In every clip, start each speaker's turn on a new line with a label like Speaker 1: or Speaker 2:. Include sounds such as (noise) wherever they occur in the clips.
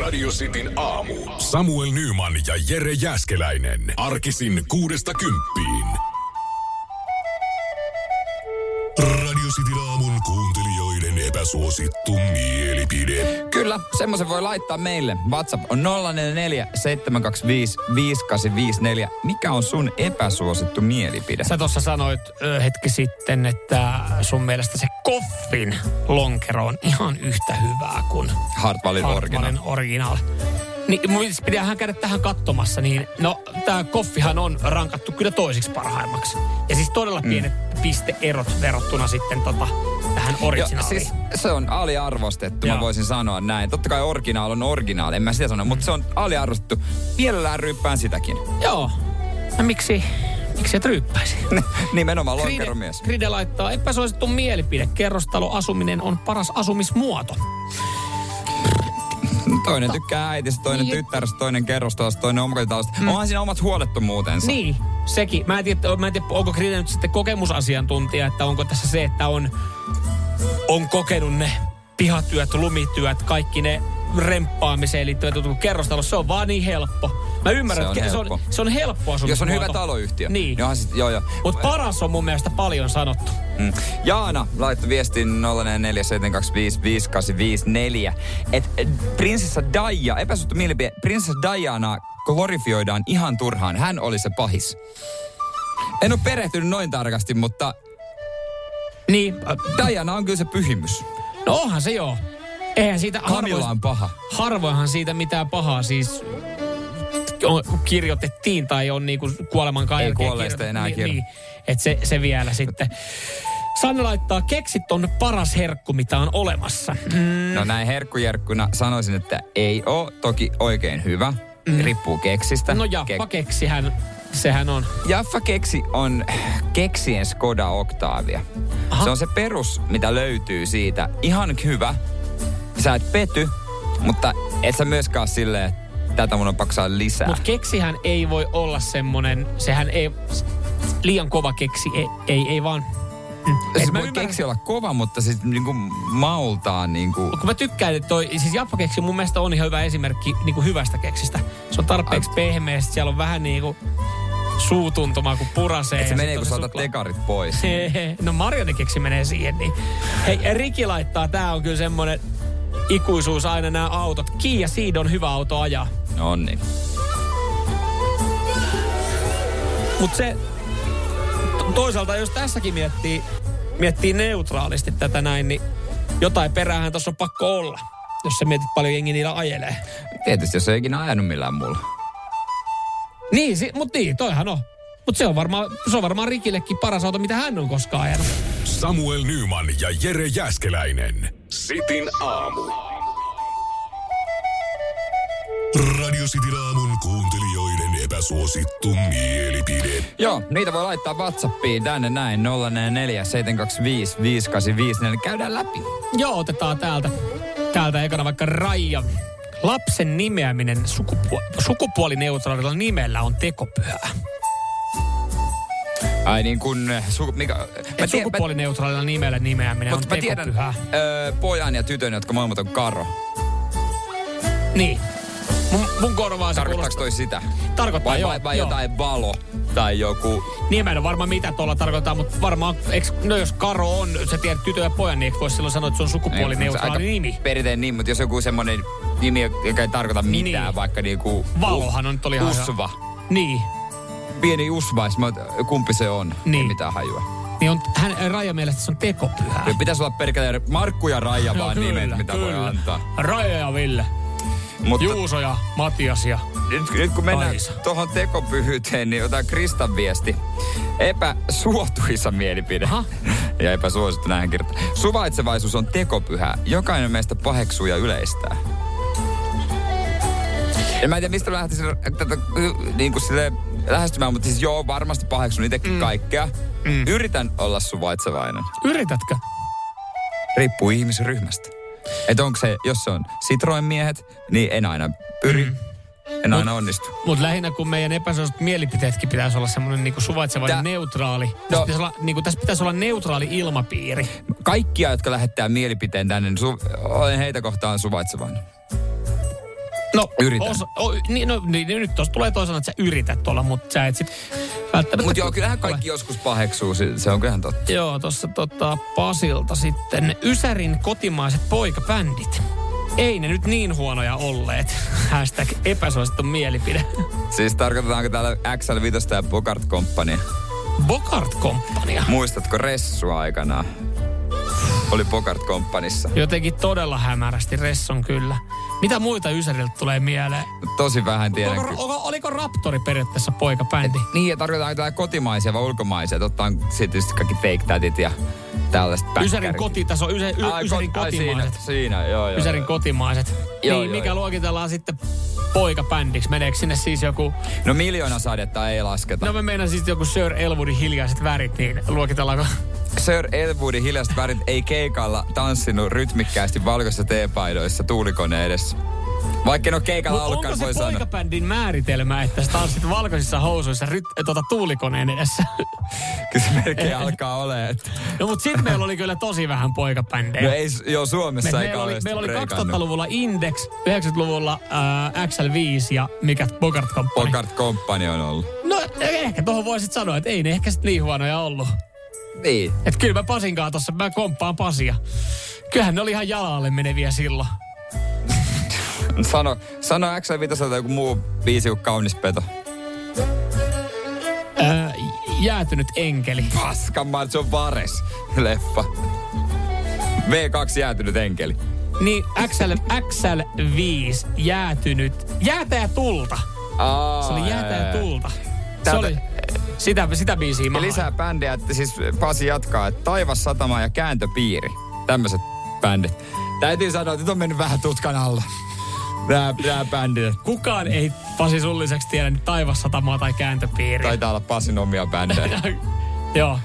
Speaker 1: Radio Cityn aamu. Samuel Nyman ja Jere Jäskeläinen. Arkisin kuudesta kymppiin. Radio Cityn aamun kuuntelijoiden epäsuosittu mielipide.
Speaker 2: Kyllä, semmoisen voi laittaa meille. WhatsApp on 044 725 5854. Mikä on sun epäsuosittu mielipide?
Speaker 3: Sä tuossa sanoit ö, hetki sitten, että sun mielestä se koffin lonkero on ihan yhtä hyvää kuin
Speaker 2: Hartwallin original.
Speaker 3: Hartmanin original. Niin, mun mielestä pitäähän käydä tähän katsomassa, niin no tää koffihan on rankattu kyllä toiseksi parhaimmaksi. Ja siis todella pienet pisteerot verrattuna sitten tota, tähän
Speaker 2: Mm. Joo,
Speaker 3: originaaliin.
Speaker 2: siis se on aliarvostettu, mä
Speaker 3: Joo.
Speaker 2: voisin sanoa näin. Totta kai originaal on originaal, en mä sitä sano, mutta se on aliarvostettu. Mielellään ryppään sitäkin. (laughs)
Speaker 3: Joo. No miksi, miksi et ryyppäisi?
Speaker 2: Nimenomaan
Speaker 3: Kride,
Speaker 2: lonkero mies.
Speaker 3: Kride laittaa, epäsuosittu mielipide. Kerrostaloasuminen on paras asumismuoto.
Speaker 2: Mm, Toinen tykkää äitistä, toinen
Speaker 3: Niin.
Speaker 2: tyttärestä, toinen kerrostalosta, toinen omakotitalosta. Mm. Onhan siinä omat huolettomuutensa.
Speaker 3: Niin, sekin. Mä en tiedä, mä en tiedä onko Kride nyt sitten kokemusasiantuntija, että onko tässä se, että on, on kokenut ne pihatyöt, lumityöt, kaikki ne remppaamiseen liittyvät jutut, kun kerrostalossa se on vaan niin helppo. Mä ymmärrän,
Speaker 2: Se on
Speaker 3: että ke-
Speaker 2: helppo.
Speaker 3: se on, se on helppo asumismuoto.
Speaker 2: Jos on hyvä taloyhtiö.
Speaker 3: Niin.
Speaker 2: Johan sit, joo, joo.
Speaker 3: Mutta paras on mun mielestä paljon sanottu.
Speaker 2: Mm. Jaana laittoi viestin 0447255854, että prinsessa Daija, epäsuuttu mielipide, prinsessa Diana glorifioidaan ihan turhaan. Hän oli se pahis. En ole perehtynyt noin tarkasti, mutta
Speaker 3: Niin,
Speaker 2: Diana on kyllä se pyhimys.
Speaker 3: no onhan se joo. Eihän siitä
Speaker 2: Kamila
Speaker 3: harvoin-
Speaker 2: on paha.
Speaker 3: harvoinhan siitä mitään pahaa siis on- kirjoitettiin tai on niinku kuolemankaan
Speaker 2: Ei
Speaker 3: jälkeen
Speaker 2: kuolleista
Speaker 3: kirjoitettu.
Speaker 2: enää
Speaker 3: niin,
Speaker 2: kirjo-
Speaker 3: niin, että se, se vielä sitten. Sanna laittaa, keksit on paras herkku, mitä on olemassa. Mm,
Speaker 2: No näin herkkujerkkuna sanoisin, että ei oo toki oikein hyvä. Riippuu keksistä.
Speaker 3: Mm. no jappa
Speaker 2: Kek-
Speaker 3: keksihän, sehän on.
Speaker 2: Jaffa keksi on keksien Skoda Octavia.
Speaker 3: Aha.
Speaker 2: Se on se perus, mitä löytyy siitä. Ihan hyvä. Sä et pety, mutta et sä myöskään ole silleen, että tätä mun on paksaa lisää.
Speaker 3: Mutta keksihän ei voi olla semmonen, sehän ei, liian kova keksi, ei, ei, ei vaan. Mm. Et
Speaker 2: se
Speaker 3: mä
Speaker 2: voi
Speaker 3: ymmärrän-
Speaker 2: Siis keksi olla kova, mutta siis niinku maultaan niinku...
Speaker 3: Kun mä tykkään, että toi, siis jappakeksi mun mielestä on ihan hyvä esimerkki niin kuin hyvästä keksistä. Se on tarpeeksi pehmeä, sit siellä on vähän niin kuin suutuntumaa, kun purasee.
Speaker 2: Et se
Speaker 3: ja
Speaker 2: menee,
Speaker 3: sit on
Speaker 2: kun sä otat
Speaker 3: suklaa.
Speaker 2: tekarit pois.
Speaker 3: Hehe. No marionikeksi menee siihen, niin. Hei, Riki laittaa, tää on kyllä semmonen ikuisuus aina nämä autot. Kia Ceed on hyvä auto ajaa.
Speaker 2: No niin.
Speaker 3: Mutta se, to- toisaalta jos tässäkin miettii, miettii neutraalisti tätä näin, niin jotain peräähän tuossa on pakko olla. Jos sä mietit paljon jengi niillä ajelee.
Speaker 2: Tietysti jos ei ikinä ajanut millään muulla.
Speaker 3: Niin, si- mutta niin, toihan on. Mutta se on varmaan, se on varmaan Rikillekin paras auto, mitä hän on koskaan ajanut.
Speaker 1: Samuel Nyman ja Jere Jäskeläinen. Sitin aamu. Radio Cityn aamun kuuntelijoiden epäsuosittu mielipide.
Speaker 2: Joo, niitä voi laittaa Whatsappiin tänne näin 044 725 5854. Käydään läpi.
Speaker 3: Joo, otetaan täältä, täältä ekana vaikka Raija. Lapsen nimeäminen sukupuol- sukupuolineutraalilla nimellä on tekopyhää.
Speaker 2: Ai niin kun... eh, Su, mikä, mä
Speaker 3: Et
Speaker 2: tiedän- mä-
Speaker 3: sukupuolineutraalilla nimellä nimeäminen on
Speaker 2: Mutta mä tiedän
Speaker 3: tekopyhää.
Speaker 2: öö, pojan ja tytön, jotka molemmat on karo.
Speaker 3: Niin. Mun, mun korvaa se
Speaker 2: Tarkoittaako
Speaker 3: kuulostaa.
Speaker 2: toi sitä?
Speaker 3: Tarkoittaa,
Speaker 2: vai,
Speaker 3: joo,
Speaker 2: vai, vai
Speaker 3: joo.
Speaker 2: jotain valo tai joku...
Speaker 3: Niin mä en ole varma mitä tuolla tarkoittaa, mutta varmaan, eks, no jos Karo on, sä tiedät tytön ja pojan, niin eikö voi silloin sanoa, että se on
Speaker 2: Aika
Speaker 3: sukupuolineutraali nimi?
Speaker 2: Perinteinen nimi, mutta jos joku semmonen nimi, joka ei tarkoita mitään,
Speaker 3: Niin.
Speaker 2: vaikka niinku...
Speaker 3: Valohan on nyt oli ihan hyvä.
Speaker 2: Usva.
Speaker 3: Niin.
Speaker 2: Pieni usva, jos mä oot- kumpi se on. Ei
Speaker 3: Niin.
Speaker 2: mitään hajua.
Speaker 3: Niin on, hän, Raija mielestä se on tekopyhää.
Speaker 2: Ja pitäisi olla perkele Markku ja Raija
Speaker 3: No
Speaker 2: vaan nimet, mitä voi antaa.
Speaker 3: Raija ja Ville.
Speaker 2: Mutta
Speaker 3: Juuso ja Matias ja...
Speaker 2: nyt, nyt kun mennään
Speaker 3: Kaisa.
Speaker 2: tuohon tekopyhyyteen, niin otan Kristan viesti. Epäsuotuisa mielipide.
Speaker 3: Aha.
Speaker 2: (laughs) Ja epäsuosittu näin kirjoittaa. Suvaitsevaisuus on tekopyhä. Jokainen meistä paheksuu ja yleistää. Ja mä en tiedä, mistä mä lähtisin tätä niin kuin sille lähestymään, mutta siis joo, varmasti paheksun itsekin mm. kaikkea. Mm. Yritän olla suvaitsevainen.
Speaker 3: Yritätkö?
Speaker 2: Riippuu ihmisryhmästä. Et onko se, jos se on sitroin miehet, niin en aina pyri. Mm. En aina onnistu.
Speaker 3: Mutta lähinnä kun meidän epäsuositut mielipiteetkin pitäisi olla semmoinen niinku suvaitsevainen
Speaker 2: Tää-
Speaker 3: neutraali. Tässä,
Speaker 2: No.
Speaker 3: pitäisi olla, niinku, tässä pitäisi olla neutraali ilmapiiri.
Speaker 2: Kaikkia, jotka lähettää mielipiteen tänne, niin su- olen heitä kohtaan suvaitsevainen.
Speaker 3: No,
Speaker 2: Yritän.
Speaker 3: Osa, o, niin, no, niin, niin, nyt tuossa tulee toisaalta, että sä yrität olla, mutta sä et sit välttämättä...
Speaker 2: Mutta joo, kyllähän kaikki joskus paheksuu, se- se on kyllähän totta.
Speaker 3: Joo, tuossa tota, Pasilta sitten. Ysärin kotimaiset poikabändit. Ei ne nyt niin huonoja olleet. Hashtag epäsuosittu mielipide.
Speaker 2: Siis tarkoitetaanko täällä XL5 ja Bogart Company?
Speaker 3: Bogart Compania.
Speaker 2: Muistatko Ressu aikanaan? Oli Bogart Companissa.
Speaker 3: Jotenkin todella hämärästi Resson kyllä. Mitä muita Ysäriltä tulee mieleen?
Speaker 2: Tosi vähän tiedän.
Speaker 3: Oliko,
Speaker 2: kyllä.
Speaker 3: oliko, oliko Raptori periaatteessa poikabändi?
Speaker 2: Niin, ja tarkoitetaanko täällä kotimaisia vai ulkomaisia? Totta on sitten tietysti kaikki fake tätit ja tällaiset
Speaker 3: Ysärin
Speaker 2: päkkärit.
Speaker 3: kotitaso, ysä, y,
Speaker 2: Ai,
Speaker 3: Ysärin
Speaker 2: kot- ai,
Speaker 3: kotimaiset.
Speaker 2: Siinä, siinä, joo, joo.
Speaker 3: Ysärin
Speaker 2: joo.
Speaker 3: kotimaiset.
Speaker 2: Joo,
Speaker 3: niin,
Speaker 2: joo,
Speaker 3: mikä
Speaker 2: joo.
Speaker 3: luokitellaan sitten poikabändiksi? Meneekö sinne siis joku...
Speaker 2: No miljoona sadetta ei lasketa.
Speaker 3: No
Speaker 2: No,
Speaker 3: mä meinaan siis joku Sir Elwoodin hiljaiset värit, niin luokitellaanko...
Speaker 2: Sir Elwoodin hiljaiset värit ei keikalla tanssinut rytmikkäästi valkoisissa teepaidoissa tuulikoneen edessä. Vaikka en ole keikalla
Speaker 3: Mut
Speaker 2: ollutkaan, niin
Speaker 3: onko se
Speaker 2: voi sanoa.
Speaker 3: poikabändin määritelmä, että sä tanssit valkoisissa housuissa ryt, tota, tuulikoneen edessä? (laughs)
Speaker 2: (laughs) Kyllä se melkein alkaa olemaan. että-
Speaker 3: no mut sit meillä oli kyllä tosi vähän poikabändejä.
Speaker 2: No ei, joo,
Speaker 3: Me,
Speaker 2: Suomessa ei
Speaker 3: meillä, oli,
Speaker 2: kauheasti
Speaker 3: meillä oli
Speaker 2: breikannut.
Speaker 3: 2000-luvulla Index, 90-luvulla äh, XL5 ja mikä Bogart Company.
Speaker 2: Bogart Company on ollut.
Speaker 3: No ehkä tuohon voisit sanoa, että ei ne ehkä sit niin huonoja ollut.
Speaker 2: Niin.
Speaker 3: Et kyllä mä Pasinkaan tossa, mä komppaan Pasia. Kyllähän ne oli ihan jalalle meneviä silloin.
Speaker 2: Sano, sano XL5 joku muu biisi kuin kaunis peto.
Speaker 3: Öö, jäätynyt enkeli.
Speaker 2: Paskamaan, se on Vares leffa. V2 jäätynyt enkeli.
Speaker 3: Niin XL, XL5 jäätynyt. Jäätä ja tulta.
Speaker 2: Aa,
Speaker 3: Se oli jäätä ja tulta. Se
Speaker 2: Täältä-
Speaker 3: oli sitä, sitä biisiä mä
Speaker 2: Ja lisää bändejä, että siis Pasi jatkaa, että Taivas satama ja kääntöpiiri. Tämmöiset bändit. Täytyy sanoa, että nyt on mennyt vähän tutkan alla. Nää, nää bändit.
Speaker 3: Kukaan ei Pasi sun lisäksi tiedä nyt taivassatamaa tai kääntöpiiriä.
Speaker 2: Taitaa olla Pasin omia
Speaker 3: (laughs)
Speaker 2: bändejä.
Speaker 3: Joo.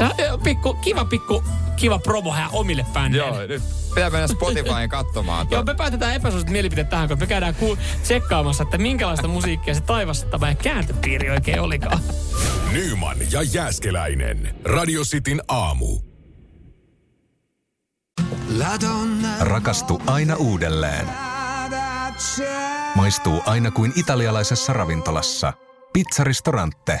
Speaker 3: No, joo, pikku, kiva pikku, kiva promo hän omille bändeille.
Speaker 2: Joo, nyt pitää mennä Spotifyin katsomaan. tuota.
Speaker 3: Joo, me päätetään epäsuosit mielipiteet tähän, kun me käydään ku- tsekkaamassa, että minkälaista musiikkia se taivassa tämä kääntöpiiri oikein olikaan.
Speaker 1: Nyman ja Jääskeläinen. Radio Cityn aamu.
Speaker 4: Rakastu aina uudelleen. Maistuu aina kuin italialaisessa ravintolassa. Pizzaristorante.